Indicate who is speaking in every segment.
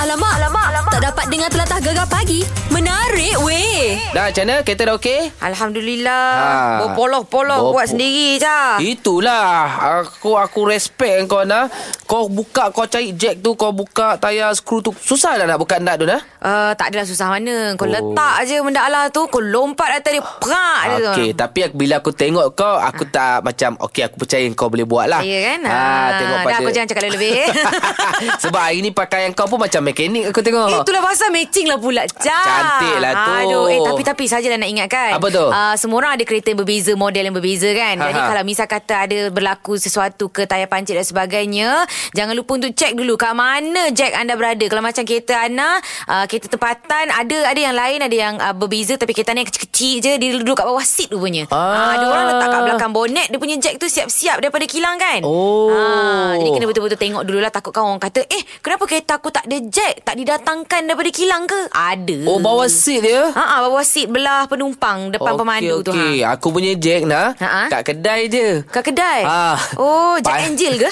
Speaker 1: Alamak, alamak, alamak. Tak dapat dengar telatah gegar pagi. Menarik weh.
Speaker 2: Dah macam mana? Kereta dah okey?
Speaker 3: Alhamdulillah.
Speaker 2: Ah.
Speaker 3: Ha. Berpoloh-poloh
Speaker 2: Berpo-
Speaker 3: buat sendiri je.
Speaker 2: Itulah Aku aku respect kau nak Kau buka Kau cari jack tu Kau buka tayar skru tu Susah lah nak buka nut tu nah
Speaker 3: Uh, tak adalah susah mana.
Speaker 2: Oh.
Speaker 3: Kau oh. letak je benda Allah tu. Kau lompat atas dia. Perak dia tu.
Speaker 2: Okey, tapi aku, bila aku tengok kau, aku tak macam okey aku percaya kau boleh buat lah.
Speaker 3: Ya kan?
Speaker 2: Ah, tengok
Speaker 3: dah
Speaker 2: pada.
Speaker 3: kau jangan cakap lebih.
Speaker 2: Sebab hari ni pakaian kau pun macam mekanik aku tengok.
Speaker 3: Eh, Itulah pasal matching lah pula Jah.
Speaker 2: Cantik lah tu.
Speaker 3: Aduh eh, Tapi-tapi sajalah nak ingatkan
Speaker 2: Apa tu?
Speaker 3: Uh, semua orang ada kereta yang berbeza Model yang berbeza kan
Speaker 2: Ha,
Speaker 3: Jadi
Speaker 2: ha.
Speaker 3: kalau misal kata Ada berlaku sesuatu ke Tayar pancit dan sebagainya Jangan lupa untuk cek dulu Kat mana jack anda berada Kalau macam kereta Ana uh, Kereta tempatan Ada ada yang lain Ada yang uh, berbeza Tapi kereta Ana yang kecil-kecil je Dia duduk kat bawah seat rupanya
Speaker 2: Ah.
Speaker 3: ah. Ada orang letak kat belakang bonet Dia punya jack tu siap-siap Daripada kilang kan
Speaker 2: Oh.
Speaker 3: Ah, Jadi kena betul-betul tengok dulu lah Takut kan orang kata Eh kenapa kereta aku tak ada jack Tak didatangkan daripada kilang ke Ada
Speaker 2: Oh, bawah seat dia?
Speaker 3: Haa bawah seat belah penumpang Depan okay, pemandu
Speaker 2: okey.
Speaker 3: tu ha.
Speaker 2: Aku punya jack nah
Speaker 3: Ha, ha.
Speaker 2: kat kedai je.
Speaker 3: Kat kedai
Speaker 2: Ah.
Speaker 3: Oh Jack
Speaker 2: Pa-
Speaker 3: Angel ke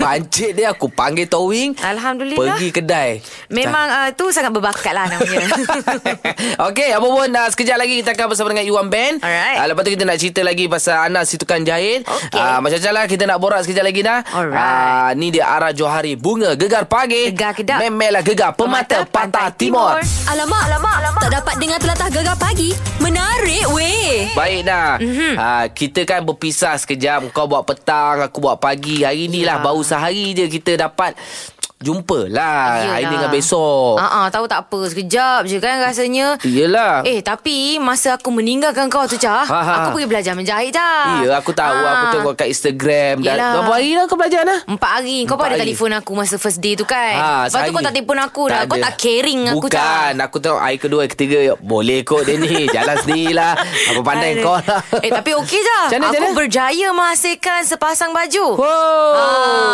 Speaker 2: Pancit dia aku panggil towing.
Speaker 3: Alhamdulillah.
Speaker 2: Pergi kedai.
Speaker 3: Memang uh, tu sangat berbakat lah namanya
Speaker 2: Okey, apa pun uh, sekejap lagi kita akan bersama dengan Iwan Band.
Speaker 3: Alright.
Speaker 2: Uh, lepas tu kita nak cerita lagi pasal Anas si tukang jahit.
Speaker 3: Okey.
Speaker 2: Uh, macam-macam lah kita nak borak sekejap lagi dah.
Speaker 3: Alright.
Speaker 2: Uh, ni dia Ara Johari Bunga Gegar Pagi.
Speaker 3: Gegar Kedah.
Speaker 2: Memelah Gegar Pemata, Pantai, Timur. Timur.
Speaker 1: Alamak, alamak, alamak. Tak dapat dengar telatah gegar pagi. Menarik weh.
Speaker 2: Baik dah
Speaker 3: Mhm.
Speaker 2: mm-hmm. ha, Kita kan berpisah sekejap Kau buat petang Aku buat pagi Hari ni lah
Speaker 3: Ya.
Speaker 2: Baru sehari je kita dapat Jumpa lah Hari ni dengan besok Ya.
Speaker 3: Ah, ah, Tahu tak apa Sekejap je kan rasanya
Speaker 2: Yelah
Speaker 3: Eh tapi Masa aku meninggalkan kau tu
Speaker 2: Ha,
Speaker 3: Cah
Speaker 2: ha.
Speaker 3: Aku pergi belajar menjahit Cah
Speaker 2: Ya aku tahu Aku
Speaker 3: Ah.
Speaker 2: tengok kat Instagram dah,
Speaker 3: Yelah.
Speaker 2: Berapa hari dah kau belajar dah
Speaker 3: Empat hari Kau
Speaker 2: Empat
Speaker 3: pun ada
Speaker 2: hari.
Speaker 3: telefon aku Masa first day tu kan
Speaker 2: Ha,
Speaker 3: Lepas tu kau
Speaker 2: sehari.
Speaker 3: tak telefon aku dah Kau
Speaker 2: ada.
Speaker 3: tak caring aku
Speaker 2: Bukan Aku tengok hari kedua hari ketiga Boleh kot dia ni Jalan sendirilah Apa pandai
Speaker 3: Aduh.
Speaker 2: kau lah
Speaker 3: Eh tapi okey je
Speaker 2: Macam mana,
Speaker 3: Aku
Speaker 2: macam mana?
Speaker 3: berjaya menghasilkan Sepasang baju
Speaker 2: Wow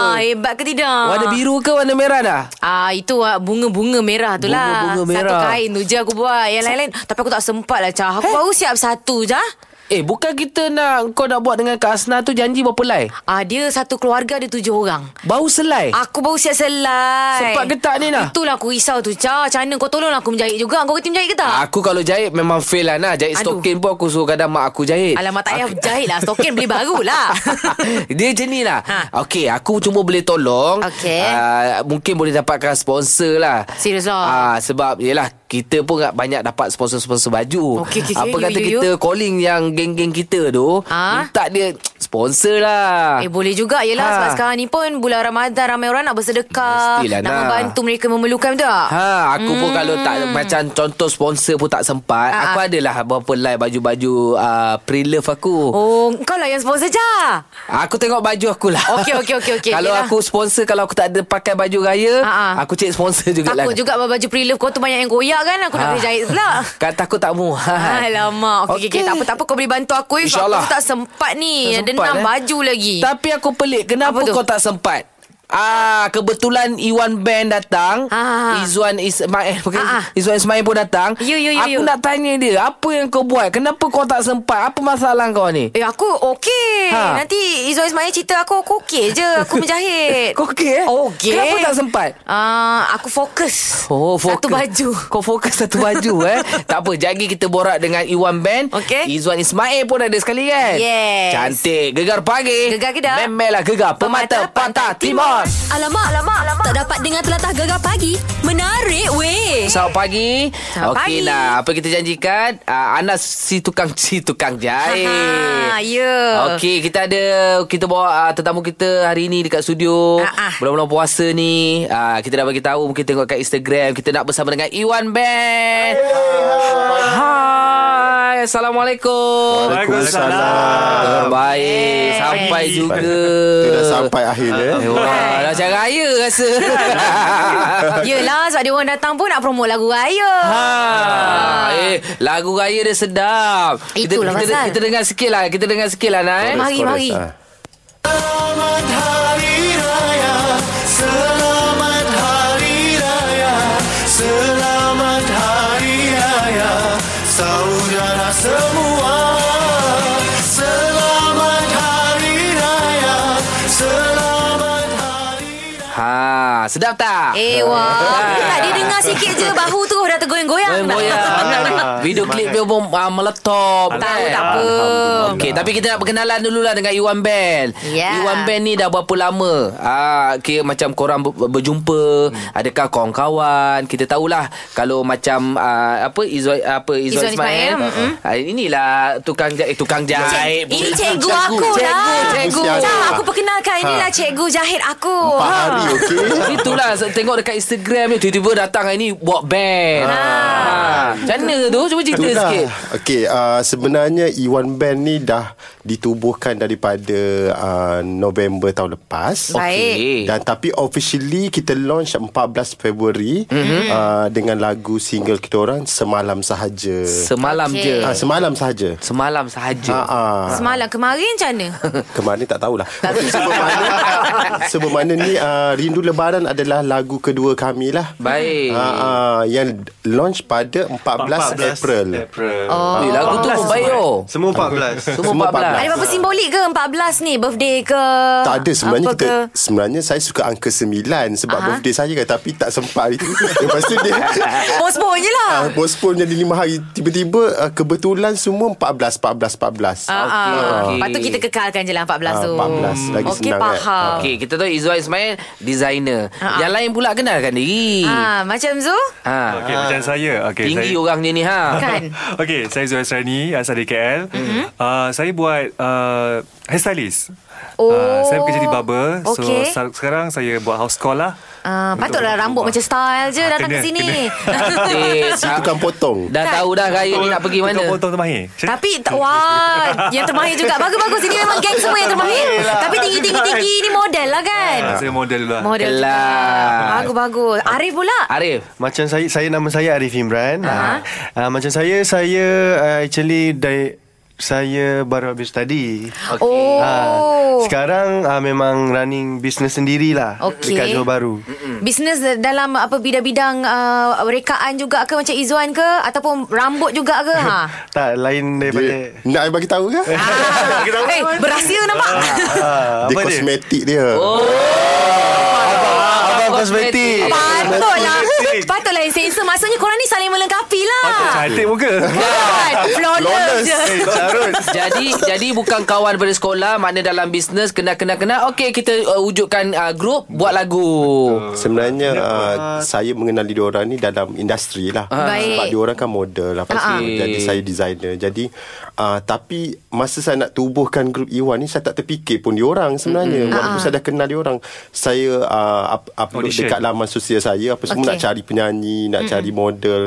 Speaker 3: ah, Hebat ke tidak
Speaker 2: Warna biru ke warna merah dah
Speaker 3: Ah itu ah, bunga-bunga merah tu lah.
Speaker 2: Bunga-bunga merah.
Speaker 3: Satu kain tu je aku buat. Yang lain-lain tapi aku tak sempat lah Cah. Aku baru siap satu je.
Speaker 2: Eh bukan kita nak Kau nak buat dengan Kak Asna tu Janji berapa lai
Speaker 3: Ah dia satu keluarga ada tujuh orang.
Speaker 2: Bau selai
Speaker 3: Aku baru siap selai.
Speaker 2: Sempat ke tak ni, Nah?
Speaker 3: Itulah aku risau tu Cah. Macam mana kau tolong aku menjahit juga. Kau kerti menjahit ke tak?
Speaker 2: Ah, Aku kalau jahit memang fail lah nah. Jahit
Speaker 3: Aduh.
Speaker 2: stokin pun aku suruh kadang mak Eh, aku jahit.
Speaker 3: Alamak tak payah jahit lah Stokin beli baru lah
Speaker 2: Dia macam ni lah
Speaker 3: Ha.
Speaker 2: Okey aku cuma boleh tolong
Speaker 3: Okey.
Speaker 2: uh, Mungkin boleh dapatkan sponsor lah
Speaker 3: Serius
Speaker 2: uh,
Speaker 3: lah?
Speaker 2: Sebab yelah Kita pun tak banyak dapat sponsor-sponsor baju
Speaker 3: Okey, okey, okey.
Speaker 2: Apa
Speaker 3: You,
Speaker 2: kata
Speaker 3: you,
Speaker 2: kita calling yang geng-geng kita tu
Speaker 3: Ha?
Speaker 2: Minta dia sponsor lah
Speaker 3: Eh boleh juga Yelah
Speaker 2: Ha.
Speaker 3: ha. sebab sekarang ni pun Bulan Ramadan Ramai orang nak bersedekah
Speaker 2: Mestilah,
Speaker 3: Nak
Speaker 2: Nah.
Speaker 3: membantu mereka memerlukan betul tak?
Speaker 2: Ha, aku hmm. pun kalau tak macam contoh sponsor pun tak sempat,
Speaker 3: Ah,
Speaker 2: aku
Speaker 3: ah.
Speaker 2: adalah beberapa line baju-baju uh, pre-love aku.
Speaker 3: Oh kau lah yang sponsor je
Speaker 2: Aku tengok baju aku lah
Speaker 3: Okey, okey, okey, okey.
Speaker 2: Kalau
Speaker 3: Yelah.
Speaker 2: aku sponsor Kalau aku tak ada pakai baju raya
Speaker 3: Ha, ha.
Speaker 2: Aku cek sponsor juga lah
Speaker 3: Takut juga baju pre-love kau tu banyak yang goyak kan Aku nak
Speaker 2: Ah.
Speaker 3: kena jahit pula
Speaker 2: Kan takut tak muat
Speaker 3: Alamak okay, okay. okay, Tak apa, tak apa kau boleh bantu aku eh, sebab
Speaker 2: InsyaAllah.
Speaker 3: Aku tu tak sempat ni
Speaker 2: Tak
Speaker 3: Ada
Speaker 2: sempat,
Speaker 3: enam
Speaker 2: eh.
Speaker 3: baju lagi
Speaker 2: Tapi aku pelik Kenapa
Speaker 3: Apa tu?
Speaker 2: kau tak sempat Ah, kebetulan Iwan Band datang.
Speaker 3: Ah.
Speaker 2: Izwan Ismail, bukan
Speaker 3: Ah, ah.
Speaker 2: Izwan Ismail pun datang.
Speaker 3: Ya, ya, ya,
Speaker 2: Aku
Speaker 3: ya.
Speaker 2: nak tanya dia, apa yang kau buat? Kenapa kau tak sempat? Apa masalah kau ni?
Speaker 3: Eh aku okey
Speaker 2: Ha.
Speaker 3: Nanti Izwan Ismail cerita aku Aku okey je Aku menjahit
Speaker 2: Kau okey eh?
Speaker 3: Okey
Speaker 2: Kenapa tak sempat?
Speaker 3: Ah, Aku fokus
Speaker 2: Oh, fokus.
Speaker 3: Satu baju
Speaker 2: Kau fokus satu baju eh. tak apa, jadi kita borak dengan Iwan Band.
Speaker 3: Okey.
Speaker 2: Izwan Ismail pun ada sekali kan?
Speaker 3: Yes.
Speaker 2: Cantik. Gegar pagi.
Speaker 3: Gegar Kedah.
Speaker 2: Memelah gegar. Pemata,
Speaker 3: Pemata
Speaker 2: Pantai
Speaker 3: Pantai
Speaker 2: Timur.
Speaker 1: Alamak, alamak, alamak. Tak dapat dengar telatah gegar pagi. Menarik weh.
Speaker 2: Selamat pagi.
Speaker 3: Selamat
Speaker 2: Okey
Speaker 3: pagi.
Speaker 2: lah, apa kita janjikan? Uh, Anas si tukang si tukang jahit.
Speaker 3: Ha, ya.
Speaker 2: Eh. Okey, kita ada kita bawa uh, tetamu kita hari ini dekat studio.
Speaker 3: Ah, ah.
Speaker 2: Bulan-bulan puasa ni, uh, kita dah bagi tahu mungkin tengok kat Instagram, kita nak bersama dengan Iwan Band. Hai, Assalamualaikum. Waalaikumsalam. Baik, sampai juga.
Speaker 4: Kita dah sampai akhir ya.
Speaker 2: Eh, Wah, dah macam raya rasa.
Speaker 3: Yelah sebab dia orang datang pun Nak promote lagu raya Ah,
Speaker 2: Ha. Eh, lagu raya dia sedap.
Speaker 3: Itulah
Speaker 2: kita, kita,
Speaker 3: pasal.
Speaker 2: kita dengar sikit lah. Kita dengar sikit lah, Nai.
Speaker 3: Mari. mari.
Speaker 5: Selamat Hari Raya Selamat Hari Raya Selamat Hari Raya Saudara semua Selamat Hari Raya Selamat Hari Raya
Speaker 2: Ha, sedap tak?
Speaker 3: Eh wah Aku tak Keluar sikit je Bahu tu dah tergoyang-goyang dah.
Speaker 2: Goyang-goyang Oh, ya. Video klip dia pun ah, meletup
Speaker 3: Tak apa, tak apa.
Speaker 2: Okey, tapi kita nak berkenalan dululah dengan Iwan Band.
Speaker 3: Ya.
Speaker 2: Iwan Band ni dah berapa lama? Ah, kira macam korang ber- berjumpa,
Speaker 3: Hmm.
Speaker 2: adakah kawan-kawan? Kita tahulah kalau macam ah, apa Izwan apa Izwan
Speaker 3: Izwan Ismail,
Speaker 2: Ismail.
Speaker 3: mm-mm.
Speaker 2: Ah, inilah tukang jahit, eh, tukang jahit.
Speaker 3: Ini
Speaker 2: pula.
Speaker 3: cikgu Ha. aku lah
Speaker 2: Cikgu,
Speaker 4: Mesti ada.
Speaker 3: Cak, aku perkenalkan Inilah cikgu jahit aku
Speaker 4: Ha. Empat
Speaker 3: Ha.
Speaker 4: hari okey
Speaker 2: Itulah se- tengok dekat Instagram ni tiba-tiba datang hari ni buat band.
Speaker 3: Ah.
Speaker 2: Ha. Macam mana tu? Cuba cerita
Speaker 4: Itulah.
Speaker 2: sikit.
Speaker 4: Okey, uh, sebenarnya Iwan Band ni dah ditubuhkan daripada uh, November tahun lepas.
Speaker 3: Baik.
Speaker 2: Okey.
Speaker 4: Dan tapi officially kita launch 14 Februari mm-hmm. uh, dengan lagu single kita orang Semalam Sahaja.
Speaker 2: Semalam
Speaker 3: Okey.
Speaker 2: je.
Speaker 4: uh, semalam sahaja.
Speaker 2: Semalam sahaja.
Speaker 4: Ha ah.
Speaker 3: Semalam kemarin macam mana?
Speaker 4: Kemarin tak tahulah Tapi sebab mana Sebab mana ni uh, Rindu Lebaran adalah lagu kedua kami lah
Speaker 2: Baik.
Speaker 3: Eh.
Speaker 4: uh, uh, Yang launch pada 14, 14 April
Speaker 5: April.
Speaker 2: Oh.
Speaker 4: Ah,
Speaker 2: Eh, lagu tu
Speaker 5: 14
Speaker 2: pun baik,
Speaker 5: semua,
Speaker 2: oh.
Speaker 5: eh. Semua 14.
Speaker 2: Semua
Speaker 4: Semua
Speaker 2: 14.
Speaker 3: Ada apa-apa simbolik ke 14 ni? Birthday ke?
Speaker 4: Tak ada sebenarnya
Speaker 3: apa
Speaker 4: kita,
Speaker 3: ke?
Speaker 4: Sebenarnya saya suka angka 9 Sebab
Speaker 3: Aha.
Speaker 4: birthday saya kan Tapi tak sempat hari tu Lepas tu dia
Speaker 3: Postpone je lah
Speaker 4: Uh, postpone jadi 5 hari Tiba-tiba uh, Kebetulan semua 14 14 14
Speaker 3: Ah, ah.
Speaker 2: okey.
Speaker 3: Lepas tu kita kekalkan je lah 14 tu
Speaker 4: Ah, 14 lagi
Speaker 3: Okey
Speaker 4: senang, eh.
Speaker 3: faham
Speaker 2: Okey, kita tahu Izwan Ismail designer.
Speaker 3: Ha, ha.
Speaker 2: Yang lain pula kenalkan diri.
Speaker 3: Ah, Macam Zu
Speaker 2: Ha.
Speaker 6: Okey, macam saya. Okey,
Speaker 2: Tinggi
Speaker 6: saya.
Speaker 2: orang dia ni ha.
Speaker 3: Kan
Speaker 6: Okey, saya Zuhair Serani, asal dari KL. Mm-hmm. Uh, saya buat uh, hairstylist.
Speaker 3: Oh.
Speaker 6: Uh, saya bekerja di barber.
Speaker 3: Okey.
Speaker 6: So, sa- sekarang saya buat house call lah.
Speaker 3: Ah, patutlah
Speaker 6: Untuk-
Speaker 3: rambut macam style je
Speaker 6: Ah,
Speaker 3: datang
Speaker 6: kena,
Speaker 3: ke sini.
Speaker 2: Okey, sa-
Speaker 4: Tukang potong
Speaker 2: Eh, dah tahu dah raya ni nak pergi mana.
Speaker 6: Tukar potong tu mahir.
Speaker 3: Tapi tak- wah, yang termahir juga. Bagus-bagus ini memang geng semua yang termahir. Tapi tinggi-tinggi tinggi ni model lah kan.
Speaker 6: Ah, saya model lah.
Speaker 3: Model juga.
Speaker 2: Kelas.
Speaker 3: Bagus-bagus. Arif pula.
Speaker 2: Arif.
Speaker 5: Macam saya saya nama saya Arif Imran. Uh-huh.
Speaker 3: Aha.
Speaker 5: Uh, macam saya saya uh, actually dari saya baru habis study.
Speaker 3: Oh.
Speaker 5: Ah, sekarang uh, memang running business sendirilah
Speaker 3: Okey.
Speaker 5: dekat Johor Bahru.
Speaker 3: Bisnes dalam apa bidang-bidang uh, rekaan juga ke macam Izwan ke ataupun rambut juga ke ha?
Speaker 5: Tak lain
Speaker 4: dia,
Speaker 5: daripada
Speaker 4: Nak bagi tahu ke
Speaker 3: Ah, eh, berhasil nampak.
Speaker 5: Ah,
Speaker 4: Dia
Speaker 5: apa dia?
Speaker 4: kosmetik dia
Speaker 3: Oh,
Speaker 5: Abang kosmetik. Ah,
Speaker 3: Patutlah Patutlah yang sensor Maksudnya korang ni saling melengkapi lah
Speaker 6: Patut cantik muka.
Speaker 3: Kan? Flawless je
Speaker 5: Eh, Charul.
Speaker 2: Jadi jadi bukan kawan daripada sekolah, makna dalam bisnes kena kena kena. Okey, kita uh, wujudkan uh, grup buat lagu.
Speaker 4: Sebenarnya uh, saya mengenali diorang ni dalam industri lah.
Speaker 3: Baik.
Speaker 4: Sebab diorang kan model apa
Speaker 3: Ah,
Speaker 4: semua. Jadi saya designer. Jadi uh, tapi masa saya nak tubuhkan grup Iwan ni saya tak terfikir pun diorang sebenarnya. Walaupun saya dah kenal diorang. Saya uh, up- upload
Speaker 6: Audition.
Speaker 4: dekat laman sosial saya apa semua
Speaker 3: Okey.
Speaker 4: nak cari penyanyi, nak cari model,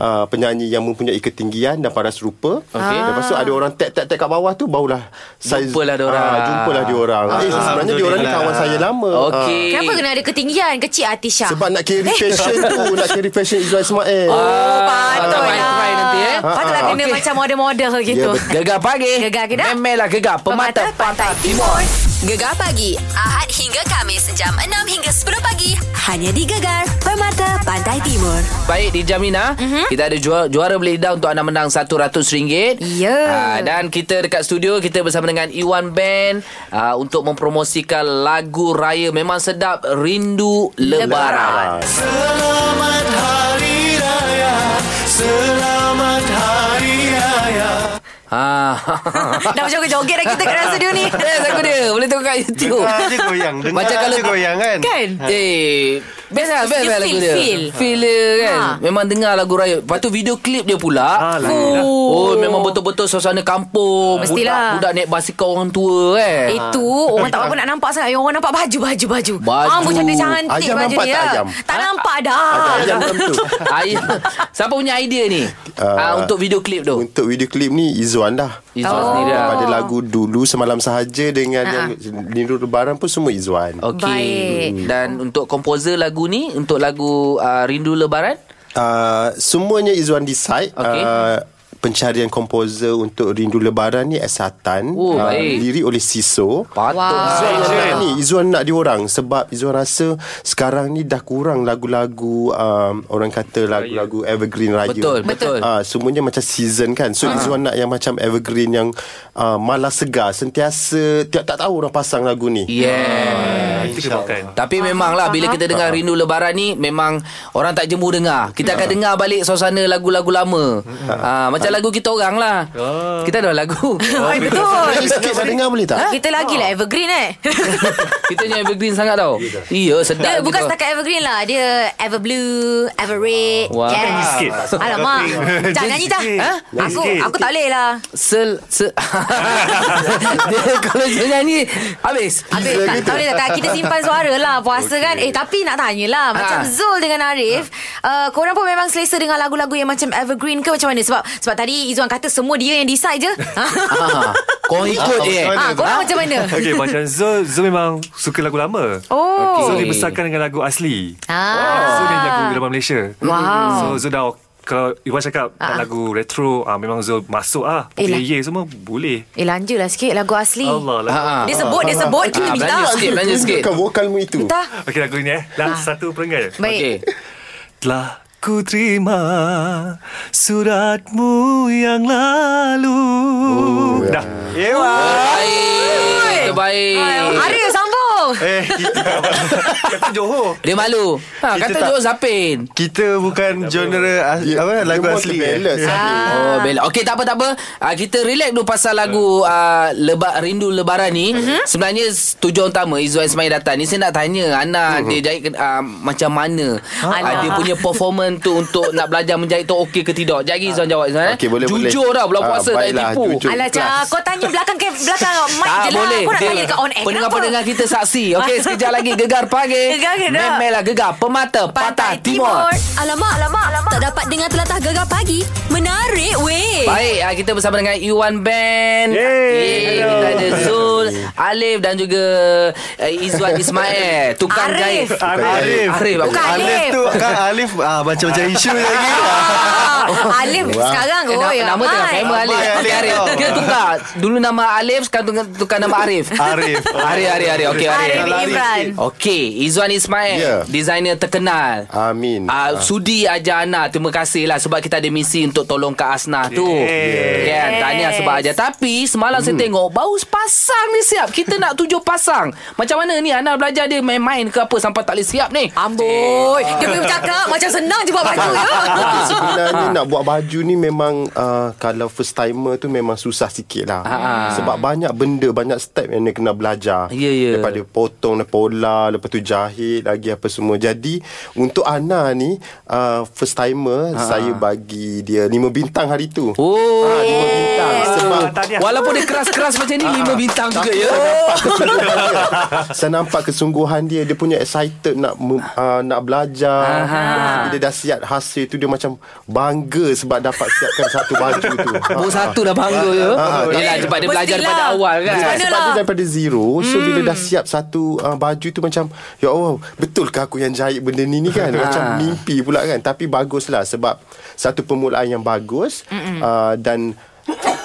Speaker 4: uh, penyanyi yang mempunyai ketinggian dan paras rupa.
Speaker 2: Okey.
Speaker 4: Lepas tu ada orang tag tag tag kat bawah tu barulah saya
Speaker 2: Jumpalah diorang.
Speaker 4: Ah, jumpalah diorang. Eh sebenarnya diorang ni kawan saya lama. Ah.
Speaker 2: Okey.
Speaker 3: Kenapa kena ada ketinggian Kecil hati Syah
Speaker 4: Sebab nak carry
Speaker 2: Eh.
Speaker 4: fashion tu Nak carry fashion Izwan Ismail
Speaker 2: Ah.
Speaker 3: Oh,
Speaker 2: tak
Speaker 3: patutlah
Speaker 2: payah try nanti, eh.
Speaker 3: Patutlah
Speaker 2: Ah,
Speaker 3: kena
Speaker 2: okey.
Speaker 3: macam model-model gitu
Speaker 4: Ya, betul.
Speaker 2: Gegar pagi.
Speaker 3: Gegar ke tak?
Speaker 2: Memelah gegar pemata, pantai timur.
Speaker 1: Gegar pagi Ahad hingga Kamis Jam 6 hingga 10 pagi Hanya di Gegar Permata Pantai Timur
Speaker 2: Baik di Jamina mm-hmm. Kita ada juara, juara beli lidah Untuk anda menang RM100
Speaker 3: Ya.
Speaker 2: Ah, Dan kita dekat studio Kita bersama dengan Iwan Band uh, Untuk mempromosikan lagu raya Memang sedap Rindu Lebaran, Lebaran.
Speaker 5: Selamat Hari Raya. Selamat Hari Raya.
Speaker 2: Ah.
Speaker 3: Dah macam joget dah kita kat dalam studio ni
Speaker 2: Yes aku dia Boleh tengok kat YouTube
Speaker 5: Dengar je goyang. Dengar
Speaker 2: Macam kalau
Speaker 5: je goyang kan?
Speaker 3: Kan?
Speaker 2: Eh Best lah Best
Speaker 3: Dia
Speaker 2: lah
Speaker 3: feel,
Speaker 2: lagu dia
Speaker 3: feel.
Speaker 2: Feel dia kan
Speaker 3: Ha.
Speaker 2: Memang dengar lagu raya Lepas tu video klip dia
Speaker 6: Ah,
Speaker 2: pula
Speaker 6: lain lah.
Speaker 2: Oh memang betul-betul Suasana kampung
Speaker 3: Mestilah. Eh.
Speaker 2: Budak, budak naik basikal orang tua kan
Speaker 3: Itu Orang tak apa nak nampak sangat Yang orang nampak baju Baju Baju
Speaker 2: Baju.
Speaker 3: Ambo cantik-cantik
Speaker 4: Ayam
Speaker 3: baju
Speaker 4: nampak
Speaker 3: dia
Speaker 4: tak ayam?
Speaker 3: Tak nampak dah
Speaker 4: Yang dalam tu
Speaker 2: Ayah, siapa punya idea ni? Uh,
Speaker 4: Ah,
Speaker 2: uh, untuk video klip tu.
Speaker 4: Untuk video klip ni Izwan dah
Speaker 2: Izwan
Speaker 3: Oh.
Speaker 2: sendiri lah.
Speaker 4: Pada lagu dulu Semalam Sahaja Dengan
Speaker 2: Ah.
Speaker 4: yang Lindu Lebaran pun Semua Izwan
Speaker 2: Okey.
Speaker 3: Baik.
Speaker 2: Dan untuk komposer lagu ni, untuk lagu uh, Rindu Lebaran,
Speaker 4: uh, Semuanya Izwan decide
Speaker 2: Okey.
Speaker 4: uh, Pencarian komposer Untuk Rindu Lebaran ni Esatan
Speaker 2: Oh,
Speaker 4: Ah,
Speaker 2: baik.
Speaker 4: Diri oleh Siso
Speaker 2: patut.
Speaker 3: Wow.
Speaker 4: Izzuan yang nak
Speaker 6: Agent.
Speaker 4: ni Izzuan nak diorang Sebab Izzuan rasa Sekarang ni dah kurang lagu-lagu um, Orang kata lagu-lagu evergreen raya
Speaker 2: Betul, betul. Ah.
Speaker 4: Ah, Semuanya macam season kan So Izzuan nak yang macam evergreen Yang uh, malas segar Sentiasa tiap, Tak tahu orang pasang lagu ni
Speaker 2: Yeah.
Speaker 6: Itu
Speaker 5: Ah,
Speaker 6: kebaikan.
Speaker 2: Tapi
Speaker 3: Ah,
Speaker 2: memanglah bila kita dengar rindu lebaran ni memang orang tak jemu dengar. Kita
Speaker 3: Ah.
Speaker 2: akan dengar balik suasana lagu-lagu lama. Ha, macam lagu kita orang lah.
Speaker 3: Ah.
Speaker 2: Kita ada lagu.
Speaker 3: Oi, betul.
Speaker 4: Sikit saya dengar boleh tak?
Speaker 3: Kita
Speaker 4: Ah.
Speaker 3: lagi lah evergreen eh.
Speaker 2: kita ni evergreen sangat tau. Iya, sedap.
Speaker 3: Dia bukan
Speaker 2: kita.
Speaker 3: setakat evergreen lah. Dia ever blue, ever red.
Speaker 4: Oh.
Speaker 2: Wah.
Speaker 6: Nyanyi sikit.
Speaker 3: Alamak. Jangan nyanyi dah.
Speaker 6: sikit.
Speaker 3: Ha?
Speaker 6: Nyanyi
Speaker 3: Aku
Speaker 6: sikit.
Speaker 3: aku tak boleh lah.
Speaker 2: Sel, sel. dia kalau dia nyanyi habis.
Speaker 3: Habis tak, tak boleh tak, tak Kita simpan suara lah Puasa okay. kan Eh tapi nak tanyalah Macam
Speaker 2: Ha.
Speaker 3: Zul dengan Arif uh, Korang pun memang selesa Dengan lagu-lagu yang macam Evergreen ke macam mana Sebab sebab tadi Izzuan kata Semua dia yang decide je
Speaker 2: Ha, kau ikut je.
Speaker 3: Ah, korang macam mana?
Speaker 6: Okay macam Zul Zul memang suka lagu lama
Speaker 3: Oh.
Speaker 6: Zul
Speaker 2: Okay.
Speaker 6: dibesarkan dengan lagu asli
Speaker 3: Ah.
Speaker 6: Zul ni lagu drama Malaysia
Speaker 3: Wow.
Speaker 6: So Zul dah Kalau Iwan cakap nak lagu retro ah, Memang Zul masuk ah
Speaker 3: Eh, lah.
Speaker 6: Ye ye semua boleh
Speaker 3: Eh lanjut lah sikit Lagu asli
Speaker 6: Allah lah
Speaker 5: Ah,
Speaker 2: Ha.
Speaker 3: Dia sebut Dia sebut Kita
Speaker 2: Ah,
Speaker 3: minta
Speaker 2: belanja sikit, belanja sikit.
Speaker 4: Tunjukkan vokalmu itu.
Speaker 3: Minta
Speaker 5: ah.
Speaker 6: Okey lagu ni eh
Speaker 3: Ah.
Speaker 6: Lah satu perenggan
Speaker 3: Baik
Speaker 2: Okey.
Speaker 6: Telah ku terima Suratmu yang lalu oh,
Speaker 5: ya.
Speaker 6: Dah
Speaker 2: Baik, terbaik.
Speaker 3: Arif sambung
Speaker 5: Eh, kita,
Speaker 6: Kata Johor
Speaker 2: Dia malu. Ha,
Speaker 5: Kita
Speaker 2: kata
Speaker 5: tak-
Speaker 2: Jok Zapin.
Speaker 5: kita bukan genre as,
Speaker 4: Ya, dia
Speaker 5: apa, lagu
Speaker 4: more
Speaker 5: asli.
Speaker 4: to
Speaker 5: Eh.
Speaker 4: balance, Safi.
Speaker 3: Ah.
Speaker 2: Oh bela. Okey tak apa tak apa. Uh, kita relax dulu pasal lagu uh, leba, rindu lebaran ni. Mm-hmm.
Speaker 3: Mhm.
Speaker 2: Sebenarnya s- tujuan utama Izwan Ismail datang ni saya nak tanya
Speaker 4: Mhm.
Speaker 2: Ana mm-hmm. dia jahit ke- uh, macam mana? Ha? Uh, dia punya performance tu untuk nak belajar menjahit tu okey ke tidak? Jadi Izwan jawab Izwan. eh.
Speaker 4: Okey, boleh,
Speaker 2: jujur
Speaker 4: boleh.
Speaker 2: Jujur dah bulan
Speaker 4: Ah,
Speaker 2: puasa tak
Speaker 4: baiklah,
Speaker 2: tipu.
Speaker 4: jujur.
Speaker 3: Alah Cah
Speaker 2: Kelas.
Speaker 3: Kau tanya belakang ke, Belakang mic je
Speaker 2: Tak
Speaker 3: lah
Speaker 2: boleh
Speaker 3: Kau nak
Speaker 2: Dia-
Speaker 3: tanya dekat on air
Speaker 2: Pendengar-pendengar kita saksi Okey sekejap lagi Gegar pagi
Speaker 3: Gegar ke tak?
Speaker 2: Memelah gegar Pemata Patah Timur
Speaker 1: Alamak, alamak, alamak. Tak dapat dengar telatah gegar pagi. Menarik weh.
Speaker 2: Baik, ah, kita bersama dengan Iwan Band.
Speaker 6: Yeay.
Speaker 2: Yeay,
Speaker 6: Hello.
Speaker 2: Kita ada Zul, Alif dan juga uh, Izwan Ismail. Tukang
Speaker 3: Arif.
Speaker 2: jahit.
Speaker 5: Arif.
Speaker 2: Arif.
Speaker 3: Bukan
Speaker 2: Arif.
Speaker 5: Alif
Speaker 3: Alif.
Speaker 5: tu kan Alif ah, macam-macam isu lagi.
Speaker 3: Ah, Alif sekarang
Speaker 2: Eh,
Speaker 3: oh,
Speaker 2: na-
Speaker 3: ya,
Speaker 2: nama tengah
Speaker 3: Mai.
Speaker 2: famous Alif.
Speaker 5: Abang
Speaker 2: Okey
Speaker 5: Alif.
Speaker 2: Arif. Kita tukar. Dulu nama Alif, sekarang tukar, tukar nama Arif.
Speaker 5: Arif.
Speaker 2: Arif, Arif, Arif. Okey,
Speaker 3: Arif
Speaker 2: Arif.
Speaker 3: Imran
Speaker 2: Okey, Izwan Ismail,
Speaker 4: Ya.
Speaker 2: designer terkenal.
Speaker 4: Amin.
Speaker 2: Ah, sudi ajar Ana Terima kasih lah Sebab kita ada misi Untuk tolong Kak Asnah tu
Speaker 6: Yes.
Speaker 2: Kan Tahniah sebab ajar Tapi semalam saya tengok Baru sepasang ni siap Kita nak tujuh pasang Macam mana ni Ana belajar dia main-main ke apa Sampai tak boleh siap ni
Speaker 3: Ah, Amboi Dia boleh bercakap Macam senang je buat baju ya
Speaker 4: Tapi sebenarnya nak buat baju ni memang uh, kalau first timer tu memang susah sikit lah.
Speaker 2: Ha.
Speaker 4: Sebab banyak benda, banyak step yang dia kena belajar.
Speaker 2: Ya, ya.
Speaker 4: Daripada potong, dan pola, lepas tu jahit lagi apa semua. Jadi untuk Ana ni uh, first timer saya bagi dia 5 bintang hari tu.
Speaker 2: Ah, Oh
Speaker 4: Ha, 5 bintang sebab
Speaker 6: Ah, Tahniah
Speaker 2: Walaupun dia keras-keras macam ni Lima bintang juga ya
Speaker 4: saya nampak kesungguhan dia dia punya excited nak mem- uh, nak belajar
Speaker 2: Aha.
Speaker 4: Lepas dia dah siap hasil tu dia macam bangga sebab dapat siapkan satu baju tu Ha.
Speaker 2: Baru satu dah bangga ya Yelah sebab dia belajar
Speaker 3: Mestilah.
Speaker 2: daripada awal kan
Speaker 3: Macam
Speaker 4: sebab
Speaker 3: mana lah? Hmm.
Speaker 4: dia daripada zero So bila dah siap satu uh, baju tu macam Ya Allah Betulkah aku yang jahit benda ni ni
Speaker 3: Ha.
Speaker 4: kan Macam mimpi pula kan Tapi baguslah sebab Satu permulaan yang bagus uh, Dan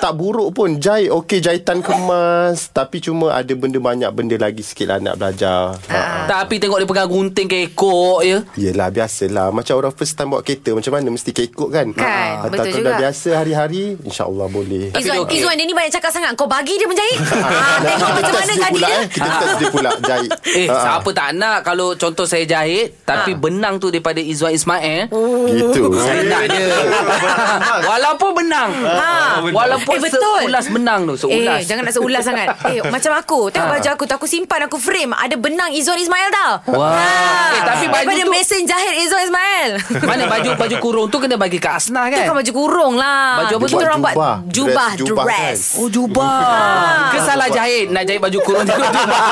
Speaker 4: tak buruk pun jahit okey jahitan kemas tapi cuma ada benda banyak benda lagi sikit lah nak belajar
Speaker 3: Ah.
Speaker 4: ha.
Speaker 2: Tapi tengok dia pegang gunting ke ekor ya
Speaker 4: Yelah biasalah Macam orang first time bawa kereta Macam mana mesti kekok kan
Speaker 3: Kan,
Speaker 4: Ah,
Speaker 3: betul
Speaker 4: Kalau
Speaker 3: juga.
Speaker 4: dah biasa hari-hari InsyaAllah boleh
Speaker 2: Tapi
Speaker 3: Izzuan,
Speaker 2: dia okey.
Speaker 3: Izzuan dia ni banyak cakap sangat Kau bagi dia menjahit ah,
Speaker 4: Kita
Speaker 3: Tengok macam
Speaker 4: test
Speaker 3: mana
Speaker 4: dia
Speaker 3: tadi
Speaker 4: pula,
Speaker 3: dia
Speaker 4: eh. Kita test dia pula jahit
Speaker 2: Eh,
Speaker 4: Ha, ha.
Speaker 2: siapa tak nak kalau contoh saya jahit
Speaker 3: Ah.
Speaker 2: tapi benang tu daripada Izwan Ismail,
Speaker 4: Gitu
Speaker 2: saya nak dia. Walaupun benang. Ha,
Speaker 6: benang.
Speaker 2: walaupun
Speaker 3: Eh, betul.
Speaker 2: seulas benang tu,
Speaker 3: Eh
Speaker 2: seulas. Ah.
Speaker 3: jangan nak seulas sangat Eh macam aku Tengok baju aku tu Aku simpan aku frame Ada benang Izzuan Ismail tau
Speaker 2: Wah.
Speaker 3: Ah,
Speaker 2: Eh, tapi baju
Speaker 3: Daripada
Speaker 2: tu-
Speaker 3: mesin jahit Izzuan Ismail
Speaker 2: Mana baju baju kurung tu kena bagi kat Asnah
Speaker 3: Itu
Speaker 2: kan?
Speaker 3: kan baju kurung lah
Speaker 2: Baju apa
Speaker 3: Kita
Speaker 2: tu?
Speaker 3: orang buat
Speaker 4: Jubah.
Speaker 3: Jubah
Speaker 4: Dress, jubah kan?
Speaker 3: Dress
Speaker 2: Oh jubah.
Speaker 3: Ah.
Speaker 2: Ke salah jahit nak jahit baju kurung tu jubah.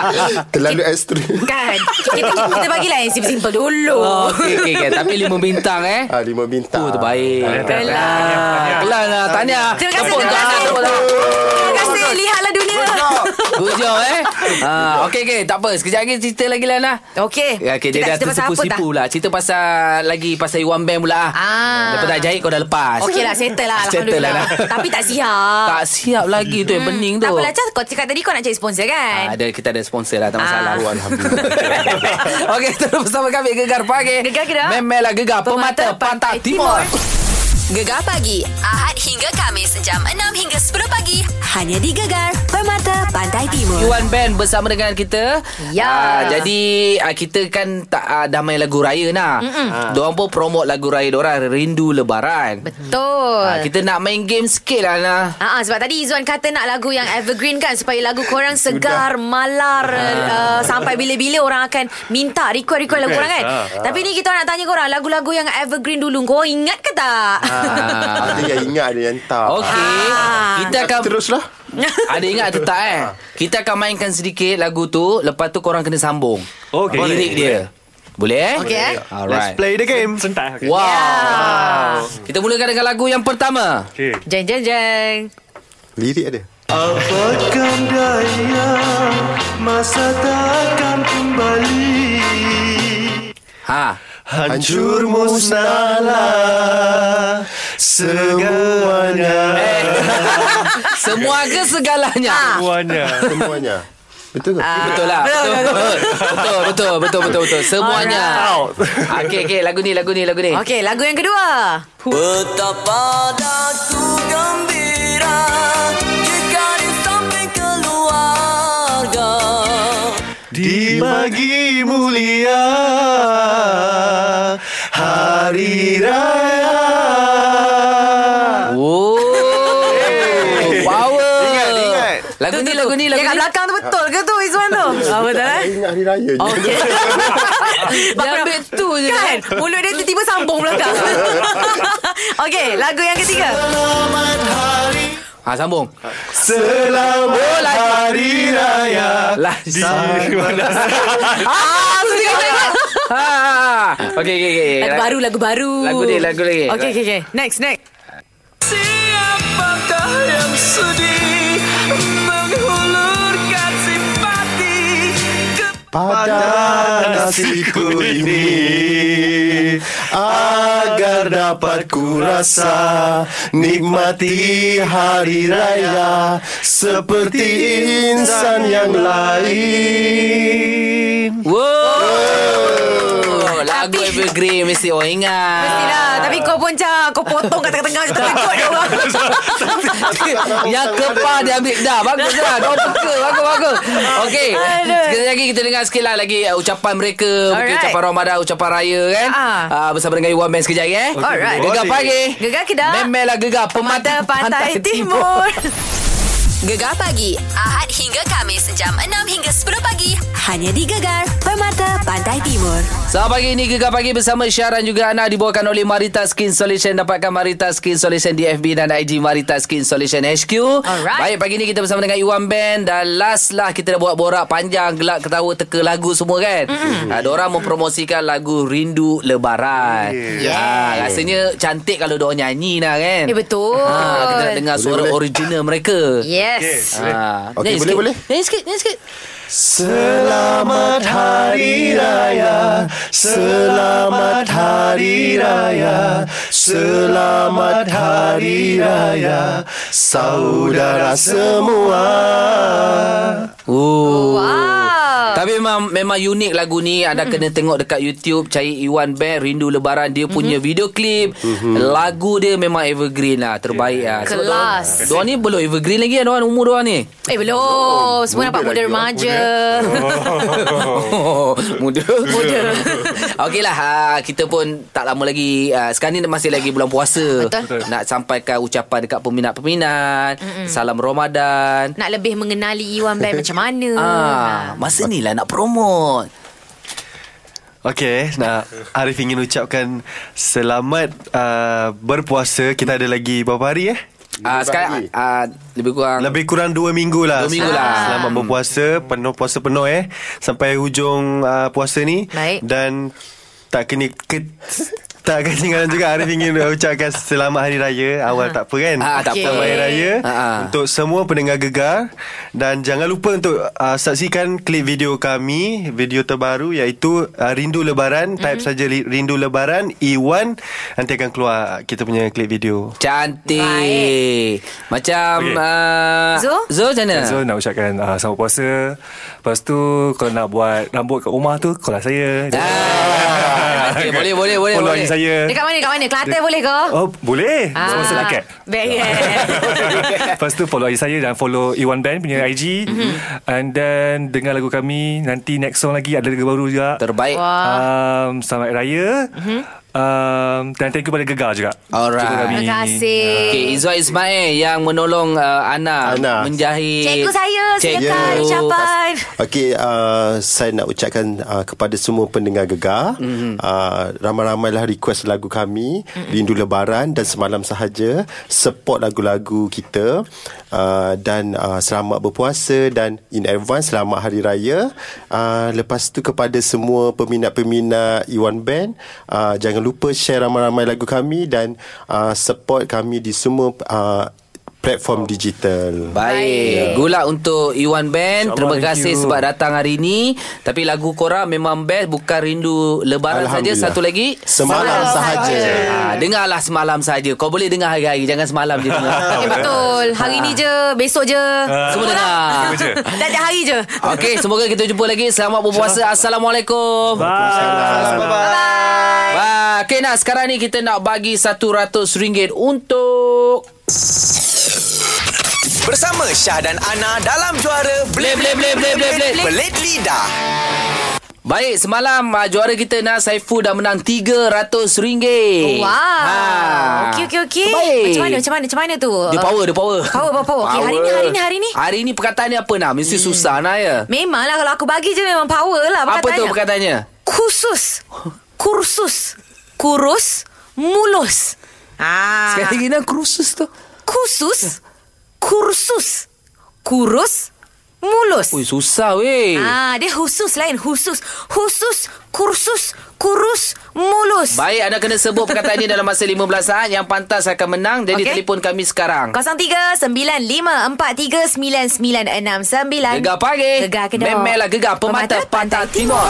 Speaker 4: Terlalu ekstrim
Speaker 3: Kan Kita, kita bagilah yang simple-simple dulu
Speaker 2: Oh, okey okey okay. tapi lima bintang eh.
Speaker 4: Ah, lima bintang
Speaker 2: Oh terbaik. Kelah. Kelah lah. Tahniah.
Speaker 3: Terima kasih,
Speaker 2: Tepuk
Speaker 3: terima
Speaker 2: untuk Ana,
Speaker 3: kasih.
Speaker 2: tepuk untuk Ana.
Speaker 3: Terima kasih Lihatlah dunia
Speaker 2: Bujur eh. Ah, okey okey, tak apa. Sekejap lagi cerita lagi lah Nah.
Speaker 3: Okey
Speaker 2: Ya, okay, dia dah tersipu-sipu lah. Cerita pasal lagi pasal Iwan Band pula.
Speaker 3: Ah.
Speaker 2: Ah. Lepas tak jahit kau dah lepas.
Speaker 3: Okey lah settle lah
Speaker 2: Settle lah,
Speaker 3: Alhamdulillah
Speaker 2: lah.
Speaker 3: Tapi tak siap
Speaker 2: Tak siap lagi tu yang bening tu.
Speaker 3: Tak apalah Cas Kau Hmm. cakap tadi kau nak cari sponsor
Speaker 2: Ah,
Speaker 3: kan
Speaker 2: ada kita ada sponsor lah tak masalah.
Speaker 4: Oh, Alhamdulillah
Speaker 2: Okey, terus bersama kami Gegar Pagi.
Speaker 3: Gegar ke dah?
Speaker 2: Memelah Gegar Pemata, Pantai Timur.
Speaker 1: Gegar pagi Ahad hingga Kamis jam 6 hingga 10 pagi Hanya di Gegar Permata Pantai Timur
Speaker 2: Iwan Band bersama dengan kita.
Speaker 3: Ya.
Speaker 2: Ah, jadi uh, kita kan tak uh, dah main lagu raya nah. Uh. Diorang pun promote lagu raya diorang Rindu Lebaran.
Speaker 3: Betul.
Speaker 2: Ah, kita nak main game sikit lah Nah.
Speaker 3: Ah, ah, sebab tadi Izwan kata nak lagu yang evergreen kan supaya lagu korang segar, malar uh, sampai bila-bila orang akan minta request-request
Speaker 6: Request,
Speaker 3: lagu korang kan.
Speaker 6: ah.
Speaker 3: Tapi ni kita nak tanya korang lagu-lagu yang evergreen dulu. Kau ingat ke tak?
Speaker 2: Ah.
Speaker 4: Ada yang ingat Ada yang tak
Speaker 2: Okey.
Speaker 3: Ah.
Speaker 2: Kita akan
Speaker 4: Teruslah
Speaker 2: Ada ingat atau tak eh?
Speaker 5: Ah.
Speaker 2: Kita akan mainkan sedikit lagu tu, lepas tu korang kena sambung.
Speaker 6: Okey.
Speaker 2: Lirik dia. Boleh eh?
Speaker 3: Okey, eh? Ya.
Speaker 5: Let's
Speaker 2: Alright.
Speaker 5: play the game.
Speaker 6: Sentak. Okay.
Speaker 2: Wow. Kita mulakan dengan lagu yang pertama.
Speaker 6: Okay.
Speaker 3: Jeng jeng jeng.
Speaker 4: Lirik ada
Speaker 5: Apakah daya masa takkan kembali
Speaker 2: Ha.
Speaker 5: Hancur musnahlah semuanya
Speaker 2: Semua ke
Speaker 3: Ha.
Speaker 2: segalanya?
Speaker 6: Semuanya.
Speaker 4: Eh, Semuanya Betul ke?
Speaker 2: Betul lah Betul Betul Betul Betul betul betul Semuanya Ah, Okey okey lagu ni lagu ni lagu ni
Speaker 3: Okey, lagu yang kedua.
Speaker 7: Betapa aku gembira jika di samping keluarga.
Speaker 5: di pagi mulia hari raya.
Speaker 2: Oh Power
Speaker 5: Ingat, ingat.
Speaker 2: Lagu ni lagu ni lagu
Speaker 3: Yang kat
Speaker 2: ni
Speaker 3: belakang tu betul ke tu Izwan tu? Ah, betul eh?
Speaker 4: Saya ingat hari raya
Speaker 2: Oh,
Speaker 4: je
Speaker 3: Okey.
Speaker 2: Dia ambil tu je
Speaker 3: kan? Mulut dia tiba-tiba sambung belakang. Okey, lagu yang ketiga.
Speaker 2: Ha sambung Oh,
Speaker 5: Selamat
Speaker 2: lagu-
Speaker 5: hari raya.
Speaker 2: Lah
Speaker 3: Ah, tu dia kata.
Speaker 2: Ha Okey okey okey
Speaker 3: Lagu baru, lagu baru.
Speaker 2: Lagu ni, lagu ni.
Speaker 3: Okey, okey, okey. Next, next.
Speaker 7: Siapakah yang sedih menghulurkan simpati ke
Speaker 4: Pada
Speaker 5: nasiku ini agar dapat ku rasa nikmati hari raya seperti insan yang lain.
Speaker 2: Wow Lagu
Speaker 3: Tapi-
Speaker 2: Evergreen Mesti orang ingat
Speaker 3: Mestilah. Tapi kau pun, Cah. Kau potong kat tengah-tengah. Macam takut dia orang.
Speaker 2: Yang kepah dia ambil dah Bagus lah Kau peka Bagus bagus Okey
Speaker 3: Aduh.
Speaker 2: Sekali lagi kita dengar sikit lah Lagi uh, ucapan mereka Mungkin
Speaker 3: Alright.
Speaker 2: ucapan Ramadan Ucapan Raya kan
Speaker 3: Ah.
Speaker 2: uh, Bersama dengan Iwan Man sekejap eh
Speaker 3: Alright.
Speaker 2: Gegar
Speaker 5: Boleh.
Speaker 2: pagi
Speaker 3: Gegar Kedah.
Speaker 2: Memelah gegar
Speaker 3: Mata
Speaker 2: Pemata
Speaker 3: Pantai Timur.
Speaker 1: Gegar pagi Ahad hingga Kamis Jam 6 hingga 10 pagi Hanya di Gegar Permata Pantai Timur
Speaker 2: Selamat pagi ini Gegar Pagi bersama Syaran juga Ana dibawakan oleh Marita Skin Solution dapatkan Marita Skin Solution di FB dan IG Marita Skin Solution HQ.
Speaker 3: Alright.
Speaker 2: Baik pagi ni kita bersama dengan Iwan Band dan last lah kita dah buat borak panjang gelak ketawa teka lagu semua kan. Mm. Ha, diorang mempromosikan lagu Rindu Lebaran. Yeah. Ha, rasanya cantik kalau diorang nyanyi lah kan.
Speaker 3: Eh, betul.
Speaker 2: Ha, kita nak dengar suara
Speaker 4: boleh.
Speaker 2: original mereka.
Speaker 3: Yes.
Speaker 2: Ha,
Speaker 4: Okey, boleh,
Speaker 2: nyanyi sikit.
Speaker 4: boleh.
Speaker 2: Nyanyi sikit, nyanyi sikit.
Speaker 5: Selamat Hari Raya, Selamat Hari Raya, Selamat Hari Raya, saudara semua.
Speaker 2: Oh.
Speaker 3: Wow. Hmm.
Speaker 2: Tapi memang memang unik lagu ni anda mm-hmm. kena tengok dekat YouTube cari Iwan Bear Rindu Lebaran dia punya
Speaker 3: Hmm.
Speaker 2: mm-hmm. video klip mm-hmm. lagu dia memang evergreen lah terbaik yeah. lah Sebab
Speaker 3: Kelas.
Speaker 2: diorang- diorang ni belum evergreen lagi kan diorang umur diorang ni
Speaker 3: Eh, belum. Semua nampak muda remaja.
Speaker 2: oh. muda muda Okey lah ah, kita pun tak lama lagi ah, sekarang ni masih lagi bulan puasa
Speaker 3: Betul.
Speaker 6: Betul.
Speaker 2: nak sampaikan ucapan dekat peminat-peminat mm-hmm. salam Ramadan
Speaker 3: Nak lebih mengenali Iwan Band macam mana. Mm.
Speaker 2: ah masa ni lah nak promote
Speaker 5: Okey, nak Arif ingin ucapkan selamat uh, berpuasa. Kita ada lagi berapa hari eh?
Speaker 2: Ah, sekarang ah, lebih kurang
Speaker 5: Lebih kurang 2 minggu lah
Speaker 2: Dua minggu lah.
Speaker 5: Selamat berpuasa Penuh puasa penuh eh Sampai hujung uh, puasa ni
Speaker 3: Baik.
Speaker 5: Dan Tak kena ke, Tak ketinggalan juga Arif ingin ucapkan Selamat Hari Raya Awal tak apa kan
Speaker 2: Ah, tak
Speaker 3: Okey.
Speaker 2: apa.
Speaker 5: Selamat Hari Raya
Speaker 2: Ah, ah.
Speaker 5: Untuk semua pendengar gegar Dan jangan lupa untuk uh, Saksikan klip video kami Video terbaru Iaitu uh, Rindu Lebaran Type
Speaker 2: Mm-hmm.
Speaker 5: saja Ri- Rindu Lebaran E1 Nanti akan keluar Kita punya klip video
Speaker 2: Cantik Macam
Speaker 6: Okey.
Speaker 2: uh,
Speaker 3: Zul?
Speaker 2: Zul macam mana?
Speaker 6: So nak ucapkan uh, Selamat puasa Lepas tu Kalau nak buat rambut kat rumah tu Call lah saya
Speaker 2: Ah, okay, boleh boleh boleh
Speaker 6: Follow
Speaker 2: boleh.
Speaker 6: saya.
Speaker 3: Ah. Dekat mana? Dekat mana? Kelantan boleh ke? eh.
Speaker 6: Oh, boleh. Ah. Sama selakat.
Speaker 3: Beres.
Speaker 6: Lepas tu follow IG saya dan follow Iwan Band punya IG. Mm-hmm.
Speaker 2: Mhm.
Speaker 6: And then dengar lagu kami. Nanti next song lagi ada lagu baru juga.
Speaker 2: Terbaik.
Speaker 3: Wah.
Speaker 6: Um, selamat Raya.
Speaker 3: Mhm.
Speaker 6: Mm-hmm. Um, dan thank you pada Gegar juga.
Speaker 2: Alright.
Speaker 6: Jumpa kami.
Speaker 3: Terima kasih.
Speaker 2: Okay, Izwa Ismail yang menolong uh, Ana,
Speaker 4: Ana.
Speaker 2: menjahit.
Speaker 3: Cikgu saya silakan
Speaker 2: Cikgu.
Speaker 3: ucapan.
Speaker 4: Okey, uh, saya nak ucapkan uh, kepada semua pendengar gegar, mm-hmm. uh, ramai-ramailah request lagu kami, mm-hmm. Rindu Lebaran dan Semalam Sahaja, support lagu-lagu kita uh, dan uh, selamat berpuasa dan in advance selamat Hari Raya. Uh, lepas tu kepada semua peminat-peminat Iwan Band, uh, jangan lupa share ramai-ramai lagu kami dan uh, support kami di semua uh, platform digital.
Speaker 2: Baik. Gula untuk Iwan Band.
Speaker 6: InsyaAllah,
Speaker 2: Terima
Speaker 6: thank
Speaker 2: kasih
Speaker 6: you.
Speaker 2: sebab datang hari ini. Tapi lagu korang memang best bukan rindu lebaran saja.
Speaker 4: Alhamdulillah.
Speaker 2: Satu lagi
Speaker 4: Semalam sahaja.
Speaker 2: Ha, dengarlah semalam saja. Kau boleh dengar hari-hari. Jangan semalam je dengar.
Speaker 3: Eh, betul. Hari ni je, besok je.
Speaker 2: Semua dengar.
Speaker 6: Semua je.
Speaker 3: Dah dah hari je.
Speaker 2: Okey, semoga kita jumpa lagi. Selamat berpuasa. Assalamualaikum.
Speaker 6: Bye.
Speaker 2: Wah, okay nak sekarang ni kita nak bagi RM100 untuk
Speaker 7: Bersama Syah dan Ana dalam juara
Speaker 2: Bleh, bleh, bleh, bleh, bleh, bleh.
Speaker 7: Belit Lidah.
Speaker 2: Baik, semalam uh, juara kita Nas Saiful dah menang RM300.
Speaker 3: Wow. Okey, okey, okey.
Speaker 2: Ha. Baik.
Speaker 3: Macam mana, macam mana, macam mana tu?
Speaker 2: Dia
Speaker 3: Uh,
Speaker 2: power, dia power.
Speaker 3: Power, power, power. Okey, hari ni, hari ni, hari ni.
Speaker 2: Hari ni perkataan dia apa nak? Mesti hmm. susah nak ya.
Speaker 3: Memanglah kalau aku bagi je memang power lah.
Speaker 2: Apa tu
Speaker 3: perkataannya.
Speaker 2: perkataannya?
Speaker 3: Khusus. Kursus. Kurus. Mulus.
Speaker 2: Ha.
Speaker 3: Ah.
Speaker 2: Sekali lagi nak kursus tu.
Speaker 3: Khusus. Kursus. Kurus. Mulus.
Speaker 2: Ui, susah weh.
Speaker 3: Ah, dia khusus lain. Khusus. Khusus. Kursus. Kurus. Mulus.
Speaker 2: Baik, anda kena sebut perkataannya dalam masa 15 saat. Yang pantas akan menang. Jadi
Speaker 3: Okey.
Speaker 2: telefon kami sekarang.
Speaker 3: 0395439969.
Speaker 2: Gegar pagi.
Speaker 3: Gegar Kedah.
Speaker 2: Memelah gegar pemata, pantai timur.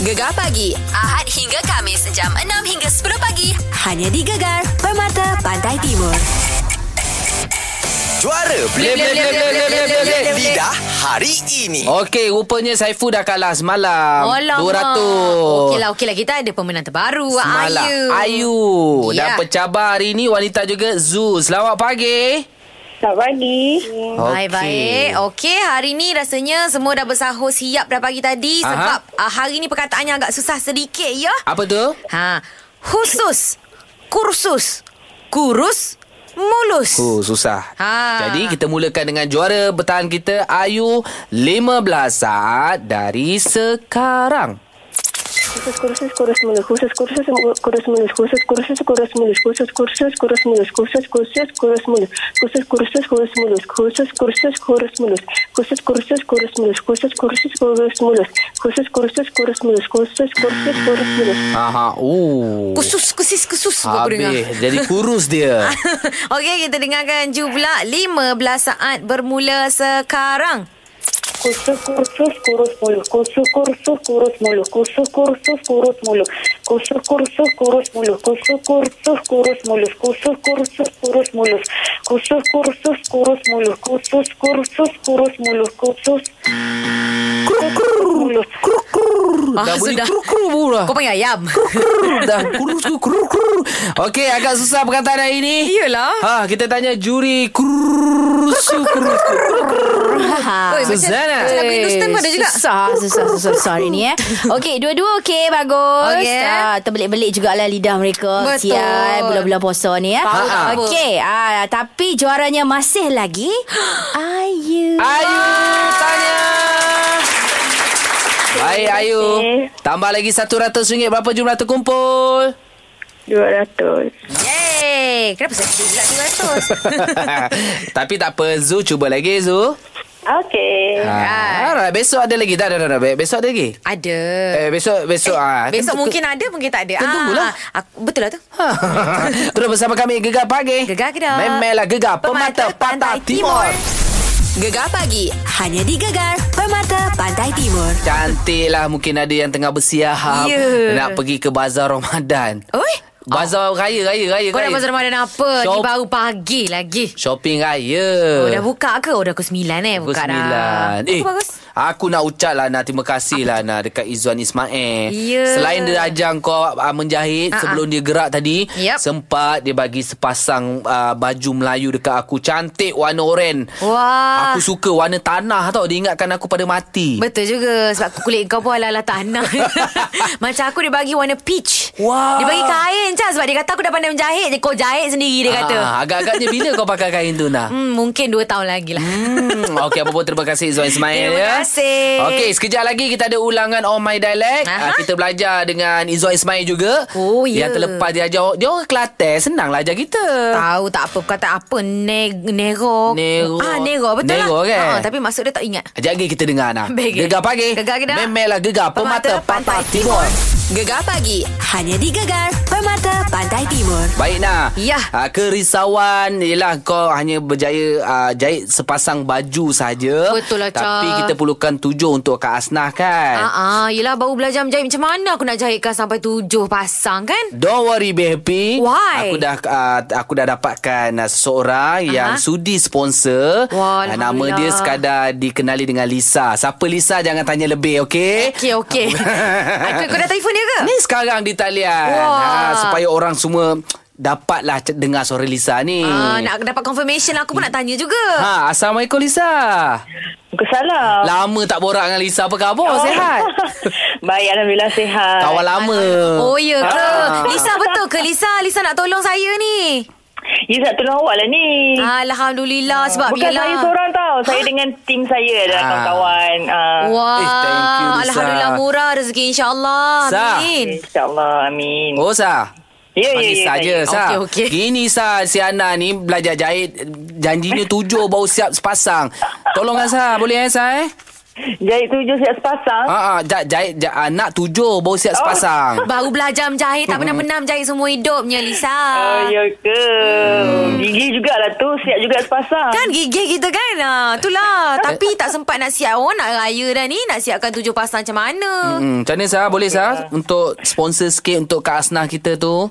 Speaker 1: Gegar pagi Ahad hingga Kamis jam 6 hingga 10 pagi hanya di Gegar Permata Pantai Timur.
Speaker 7: Juara
Speaker 2: Bleh, bleh, bleh, bleh, bleh, bleh, bleh, bleh.
Speaker 7: Belit Lidah hari ini.
Speaker 2: Okey, rupanya Saiful dah kalah semalam.
Speaker 3: Alamak. lah,
Speaker 2: 200.
Speaker 3: Okeylah, okeylah. Kita ada pemenang terbaru.
Speaker 2: Semalam.
Speaker 3: Ayu.
Speaker 2: Ayu. Dan
Speaker 3: Ya.
Speaker 2: pencabar hari ni wanita juga Zul. Selamat pagi.
Speaker 8: Selamat pagi.
Speaker 2: Okey.
Speaker 3: Baik-baik. Okey, hari ni rasanya semua dah bersahur siap dah pagi tadi.
Speaker 2: Aha.
Speaker 3: Sebab uh, hari ni perkataannya agak susah sedikit, ya?
Speaker 2: Apa tu?
Speaker 3: Ha. Khusus. Kursus. Kurus. Mulus.
Speaker 2: Oh, susah.
Speaker 3: Ha.
Speaker 2: Jadi kita mulakan dengan juara bertahan kita Ayu 15 saat dari sekarang.
Speaker 8: Kursus kursus kursus mulus kursus kursus kursus mulus kursus kursus kursus mulus kursus kursus kursus mulus kursus kursus kursus mulus kursus kursus kursus mulus kursus kursus kursus mulus kursus kursus kursus mulus kursus kursus kursus mulus kursus kursus kursus mulus kursus kursus kursus mulus
Speaker 2: Aha. Oh.
Speaker 3: Kusus, kusis, kusus. buat aku dengar.
Speaker 2: Habis. Jadi kurus dia.
Speaker 3: Okey, kita dengarkan jumlah 15 saat bermula sekarang.
Speaker 8: kursus kursus kursus mulus kursus kursus kursus mulus kursus kursus kursus mulus kursus kursus kursus mulus kursus kursus kursus mulus kursus kursus kursus mulus kursus kursus kursus mulus kursus kursus kursus mulus kursus mulus
Speaker 3: Ah,
Speaker 2: dah bunyi kru-kru pula.
Speaker 3: Kau panggil ayam.
Speaker 2: Krrr, dah kurus ku kurus kurus. Okey, agak susah perkataan hari ini.
Speaker 3: Iyalah.
Speaker 2: Ha, kita tanya juri kurus kurus, kurus.
Speaker 9: Ha.
Speaker 3: Oi, macam-
Speaker 2: Suzana.
Speaker 3: Macam lagu Hindustan pun ada juga.
Speaker 9: Susah, susah, susah, susah hari ni eh. Okey, dua-dua okey, bagus.
Speaker 3: Okey.
Speaker 9: Ah, terbelik-belik jugalah lidah mereka.
Speaker 3: Oh, ya. Betul.
Speaker 9: Sial, bulan-bulan puasa ni
Speaker 2: Ha,
Speaker 9: eh. Ah,
Speaker 3: Power, power.
Speaker 9: Okey, ah, tapi juaranya masih lagi. Ayu.
Speaker 2: Ayu tanya. Baik Ayu. Tambah lagi RM100 berapa jumlah terkumpul?
Speaker 8: dua ratus
Speaker 3: Yeay. Kenapa saya jadi pula 200?
Speaker 2: Tapi tak apa Zu cuba lagi Zu.
Speaker 8: okay
Speaker 2: Ha. Alright, besok ada lagi. Tak ada, ada, ada. Besok ada lagi.
Speaker 3: ada.
Speaker 2: Eh besok besok eh, ah.
Speaker 3: Besok
Speaker 2: tentu-
Speaker 3: mungkin ada, mungkin tak ada. Ah,
Speaker 2: Tentu pula.
Speaker 3: aku, betul lah tu.
Speaker 2: Terus bersama kami Gegar Pagi
Speaker 3: Gegar Kedah.
Speaker 2: Memelah Gegar Pemata,
Speaker 3: Pemata
Speaker 2: Pantai,
Speaker 3: Pantai
Speaker 2: Timur.
Speaker 3: Timur.
Speaker 1: Gegar pagi hanya di Gegar Permata Pantai Timur.
Speaker 2: Cantik lah Mungkin ada yang tengah bersiap
Speaker 3: Ya.
Speaker 2: Nak pergi ke bazar Ramadan
Speaker 3: Oi.
Speaker 2: Bazar raya, raya, raya.
Speaker 3: Oh. Kau dah
Speaker 2: raya.
Speaker 3: bazar Ramadan apa? Ni
Speaker 2: Shop-
Speaker 3: baru pagi lagi.
Speaker 2: Shopping raya.
Speaker 3: Oh, dah buka ke? Oh, dah pukul 9 eh.
Speaker 2: Pukul
Speaker 3: Buka
Speaker 2: sembilan.
Speaker 3: dah.
Speaker 2: Eh,
Speaker 3: Eh. Bagus.
Speaker 2: aku nak ucap lah Nah Terima kasih lah Nah Dekat Izzuan Ismail
Speaker 3: Ya.
Speaker 2: Selain dia ajar kau uh, Menjahit
Speaker 3: Ah,
Speaker 2: Sebelum dia gerak tadi
Speaker 3: Yep.
Speaker 2: Sempat dia bagi sepasang uh, Baju Melayu dekat aku Cantik warna oren
Speaker 3: Wah.
Speaker 2: Aku suka warna tanah tau Dia ingatkan aku pada mati
Speaker 3: Betul juga Sebab kulit kau pun ala-ala tanah Macam aku dia bagi warna peach
Speaker 2: Wah.
Speaker 3: Dia bagi kain je Sebab dia kata aku dah pandai menjahit je Kau jahit sendiri dia kata
Speaker 2: Ah, Agak-agaknya bila kau pakai kain tu Nah
Speaker 3: hmm, Mungkin 2 tahun lagi lah
Speaker 2: Hmm, okey apa pun terima kasih Izwan Ismail
Speaker 3: Terima
Speaker 2: ya.
Speaker 3: kasih.
Speaker 2: Okey, sekejap lagi kita ada ulangan On My Dialect. Ah,
Speaker 3: Aha.
Speaker 2: kita belajar dengan Izwan Ismail juga.
Speaker 3: Oh, ya.
Speaker 2: Yang terlepas dia ajar dia orang Kelantan, senanglah ajar kita.
Speaker 3: Tahu tak apa perkataan apa Neg- Nero
Speaker 2: Nero.
Speaker 3: ah, Nero betul
Speaker 2: Nero,
Speaker 3: lah
Speaker 2: kan?
Speaker 3: Ah, Tapi maksud dia tak ingat
Speaker 2: Sekejap lagi kita dengar nah.
Speaker 3: Baik.
Speaker 2: Gegar pagi.
Speaker 3: Gegar kita.
Speaker 2: Memelah gegar pemata, pantai, timur.
Speaker 1: Gegar pagi Hanya di Gegar Permata Pantai Timur
Speaker 2: Baik nah.
Speaker 3: Ya.
Speaker 2: Ah, kerisauan ialah kau hanya berjaya ah, jahit sepasang baju saja.
Speaker 3: Betul lah, Cha.
Speaker 2: Tapi kita perlukan tujuh untuk Kak Asnah kan.
Speaker 3: Ah, ah, yelah baru belajar menjahit Macam mana aku nak jahitkan Sampai tujuh pasang kan
Speaker 2: Don't worry be happy.
Speaker 3: Why?
Speaker 2: Aku dah uh, aku dah dapatkan uh, seseorang uh-huh. yang sudi sponsor.
Speaker 3: Wah,
Speaker 2: Ah, nama
Speaker 3: Alhamdulillah.
Speaker 2: dia sekadar dikenali dengan Lisa. Siapa Lisa jangan tanya lebih, okey?
Speaker 3: Okey okey Aku kau dah telefon dia ke
Speaker 2: Ni sekarang di talian.
Speaker 3: Wah.
Speaker 2: Ha, supaya orang semua dapatlah c- dengar suara Lisa ni.
Speaker 3: ah, Nak dapat confirmation lah Aku pun nak tanya juga
Speaker 2: Ha, Assalamualaikum Lisa.
Speaker 8: Bukan salah.
Speaker 2: Lama tak borak dengan Lisa. Apa khabar?
Speaker 8: Oh.
Speaker 2: Lah, Sehat?
Speaker 8: Baik, Alhamdulillah sihat.
Speaker 2: Kawan lama.
Speaker 3: Oh ya ke?
Speaker 2: Ah.
Speaker 3: Lisa betul ke Lisa? Lisa nak tolong saya ni.
Speaker 8: You nak tolong awak lah ni.
Speaker 2: Ah,
Speaker 3: Alhamdulillah sebab
Speaker 8: Bukan
Speaker 3: Mila.
Speaker 8: saya
Speaker 2: Eh,
Speaker 8: seorang tau. Saya dengan tim saya adalah
Speaker 2: Ah.
Speaker 8: kawan-kawan. Ah.
Speaker 3: Wah,
Speaker 2: Eh, thank you, Lisa.
Speaker 3: Alhamdulillah murah rezeki insya-Allah.
Speaker 2: Sah.
Speaker 3: Amin.
Speaker 8: InsyaAllah, amin.
Speaker 2: Oh Sah
Speaker 8: Ya, ya,
Speaker 2: Panggil
Speaker 8: ya,
Speaker 2: saja
Speaker 8: saya.
Speaker 2: Sah
Speaker 3: Okey, okey.
Speaker 2: Gini Sah Si Ana ni belajar jahit Janjinya tujuh baru siap sepasang Tolonglah Sah Boleh eh Sah eh
Speaker 8: Jahit tujuh siap sepasang.
Speaker 2: Ha ah, jahit, jahit, jahit ah, nak tujuh baru
Speaker 3: Oh.
Speaker 2: siap sepasang.
Speaker 3: Baru belajar menjahit tak pernah-pernah menjahit semua hidupnya Lisa.
Speaker 8: Oh, ya ke? Gigi jugalah tu, siap juga sepasang.
Speaker 3: Hmm. Kan gigih kita kan ah, Itulah Tapi tak sempat nak siap Oh nak raya dah ni Nak siapkan tujuh pasang macam mana
Speaker 2: Hmm, macam mana Sah? Boleh Sah? Untuk sponsor sikit untuk Kak Asnah kita tu.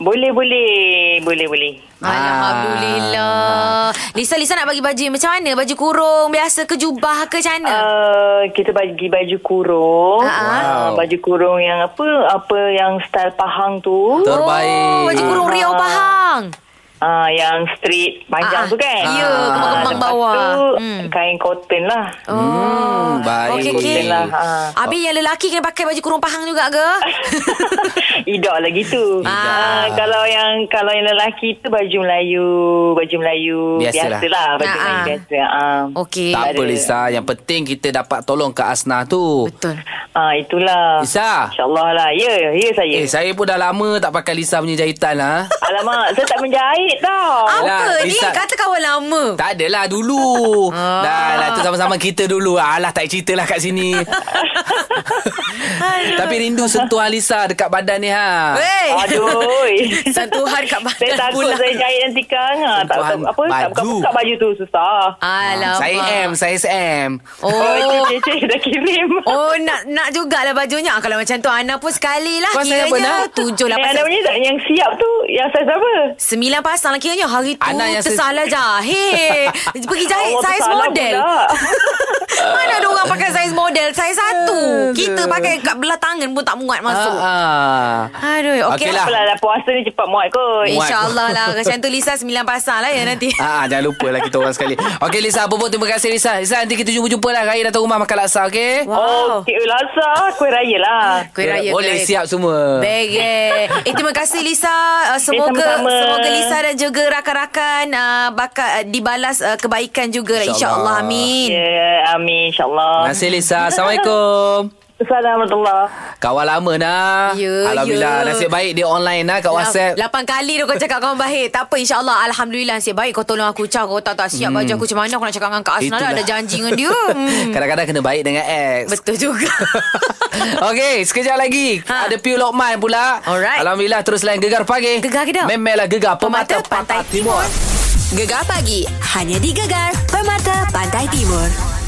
Speaker 8: Boleh, boleh. Boleh, boleh.
Speaker 2: Ah.
Speaker 3: Alhamdulillah Lisa Lisa nak bagi baju yang macam mana Baju kurung Biasa ke jubah ke macam mana
Speaker 8: Uh, kita bagi baju kurung.
Speaker 3: Ya. Ah.
Speaker 8: Ah, Baju kurung yang apa? Apa yang style Pahang tu.
Speaker 3: Oh,
Speaker 2: Terbaik.
Speaker 3: baju kurung Riau Pahang.
Speaker 8: Ah, yang straight panjang
Speaker 3: Ah,
Speaker 8: tu kan?
Speaker 3: ya,
Speaker 8: Ah,
Speaker 3: kembang-kembang
Speaker 8: lepas
Speaker 3: bawah.
Speaker 8: tu,
Speaker 3: Hmm.
Speaker 8: kain cotton lah.
Speaker 3: Oh.
Speaker 2: Hmm, baik.
Speaker 3: Okey, okey.
Speaker 8: Boleh lah, ha.
Speaker 3: Habis yang lelaki kena pakai baju kurung Pahang juga ke?
Speaker 8: Idak lah gitu.
Speaker 2: Ah.
Speaker 8: Ah. kalau yang kalau yang lelaki tu baju Melayu, baju Melayu
Speaker 2: Biasalah.
Speaker 8: biasalah, baju
Speaker 3: Ah,
Speaker 8: Melayu
Speaker 3: ah.
Speaker 8: biasa. Ah.
Speaker 3: Okey.
Speaker 2: Tak apa Lisa. Yang penting kita dapat tolong Kak Asnah tu.
Speaker 3: Betul.
Speaker 8: Ah, itulah.
Speaker 2: Lisa.
Speaker 8: InsyaAllah lah. Ya, ya saya.
Speaker 2: Eh, saya pun dah lama tak pakai Lisa punya jahitan lah.
Speaker 8: Alamak, saya tak menjahit tau.
Speaker 3: Apa
Speaker 2: Alah,
Speaker 3: ni?
Speaker 2: Lisa-
Speaker 3: Kata kawan lama.
Speaker 2: Tak adalah dulu.
Speaker 3: Ah.
Speaker 2: Dah lah tu sama-sama kita dulu. Alah tak ceritalah kat sini. Tapi rindu sentuhan Lisa dekat badan ni ha.
Speaker 3: Hey.
Speaker 8: Aduh.
Speaker 3: Sentuhan kat badan
Speaker 8: Saya takut
Speaker 3: pula.
Speaker 8: saya jahit nanti kan. Ha, tak, tak,
Speaker 2: Sentuhan
Speaker 8: apa, tak
Speaker 2: baju.
Speaker 8: buka-buka baju tu susah.
Speaker 3: Alamak.
Speaker 2: Ah, Saya M, saya SM.
Speaker 8: Oh,
Speaker 3: Oh.
Speaker 8: cik, cik, dah kirim.
Speaker 3: Oh nak nak jugalah bajunya Ah, Kalau macam tu Ana pun sekali lah
Speaker 2: Kau saya pun
Speaker 3: Kiranya
Speaker 2: nak.
Speaker 3: Tujuh
Speaker 8: Yang
Speaker 3: lapan
Speaker 8: ada punya tak? Yang siap tu, yang saiz apa?
Speaker 3: Sembilan pasang lah kiranya Hari tu
Speaker 2: Ana yang se-
Speaker 3: tersalah jahit Pergi jahit
Speaker 8: Allah, lah
Speaker 3: saiz
Speaker 8: Oh, tersalah
Speaker 3: model Mana ada orang pakai saiz model Saiz satu Kita pakai kat belah tangan pun tak muat
Speaker 2: Ha.
Speaker 3: masuk Aduh
Speaker 2: Okey
Speaker 3: Okey
Speaker 2: lah.
Speaker 3: lah
Speaker 8: Apalah dah puasa ni cepat muat kot.
Speaker 2: Muat.
Speaker 3: InsyaAllah lah Macam tu Lisa sembilan pasang lah ya nanti
Speaker 2: Ah, ah, jangan lupa lah kita orang sekali. Okey Lisa, apa pun terima kasih Lisa. Lisa nanti kita jumpa-jumpa lah. Raya datang rumah makan laksa, okey?
Speaker 8: Oh, Cik Ulasa, kuih raya lah.
Speaker 3: Kuih raya
Speaker 2: Boleh
Speaker 3: kuih raya.
Speaker 2: siap semua.
Speaker 3: Bege. Eh terima kasih Lisa. Uh, semoga
Speaker 8: Eh, sama-sama.
Speaker 3: semoga Lisa dan juga rakan-rakan uh, bakal uh, dibalas uh, kebaikan juga
Speaker 2: InsyaAllah.
Speaker 3: insya-Allah. Amin.
Speaker 8: Ya, amin
Speaker 2: Terima
Speaker 8: insyaAllah.
Speaker 2: kasih Lisa. Assalamualaikum.
Speaker 8: Assalamualaikum warahmatullahi
Speaker 2: Kawan lama nak.
Speaker 3: Ya,
Speaker 2: Alhamdulillah.
Speaker 3: ya.
Speaker 2: Nasib baik dia online nak kat WhatsApp.
Speaker 3: Lapan kali dah kau cakap kau baik. Tak apa insya-Allah alhamdulillah nasib baik kau tolong aku Cah. Kau tak tak siap baju aku macam mana aku nak cakap dengan Kak Asna dah
Speaker 2: Hmm. Itulah.
Speaker 3: ada janji dengan dia. Hmm.
Speaker 2: Kadang-kadang kena baik dengan ex.
Speaker 3: Betul juga.
Speaker 2: Okey, sekejap lagi
Speaker 3: Ha.
Speaker 2: ha. ada Piu Lokman pula.
Speaker 3: Alright.
Speaker 2: Alhamdulillah terus lain gegar pagi.
Speaker 3: Gegar Kedah.
Speaker 2: Memelah gegar pemata,
Speaker 3: Pemata
Speaker 2: pantai
Speaker 3: Pantai
Speaker 2: timur.
Speaker 1: Gegar pagi Hanya di Gegar Permata Pantai Timur